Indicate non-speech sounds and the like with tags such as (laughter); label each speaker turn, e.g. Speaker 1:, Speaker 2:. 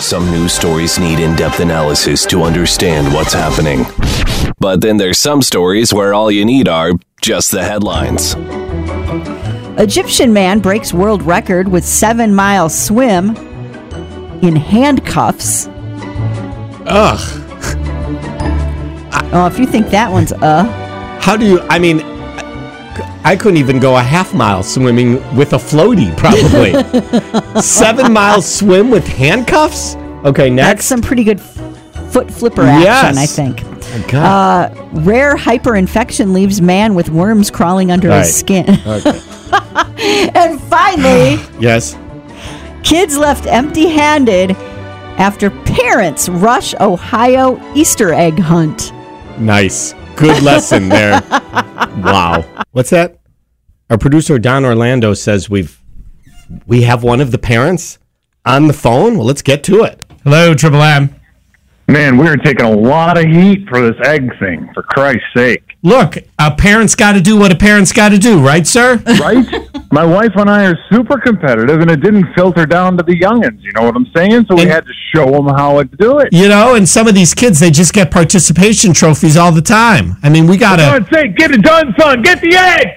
Speaker 1: Some news stories need in depth analysis to understand what's happening. But then there's some stories where all you need are just the headlines.
Speaker 2: Egyptian man breaks world record with seven mile swim in handcuffs.
Speaker 3: Ugh.
Speaker 2: Oh, if you think that one's uh,
Speaker 3: How do you? I mean, I couldn't even go a half mile swimming with a floaty, probably. Seven mile swim with handcuffs? Okay,
Speaker 2: that's
Speaker 3: next.
Speaker 2: some pretty good f- foot flipper action,
Speaker 3: Yes.
Speaker 2: I think.
Speaker 3: God.
Speaker 2: Uh, rare hyperinfection leaves man with worms crawling under
Speaker 3: All
Speaker 2: his
Speaker 3: right.
Speaker 2: skin.
Speaker 3: Okay.
Speaker 2: (laughs) and
Speaker 3: (sighs)
Speaker 2: finally,
Speaker 3: yes.
Speaker 2: kids left empty handed after parents rush Ohio Easter egg hunt.
Speaker 3: Nice. Good lesson there. wow. What's that? Our producer Don Orlando says we've we have one of the parents on the phone. Well, let's get to it.
Speaker 4: Hello, Triple M.
Speaker 5: Man, we are taking a lot of heat for this egg thing, for Christ's sake.
Speaker 4: Look, a parent's got to do what a parent's got to do, right, sir?
Speaker 5: Right? (laughs) My wife and I are super competitive, and it didn't filter down to the youngins. You know what I'm saying? So we
Speaker 4: And-
Speaker 5: had to show them how to do it.
Speaker 4: you know, and some of these kids, they just get participation trophies all the time. I mean, we got to.
Speaker 5: God's sake, get it done, son. Get the egg.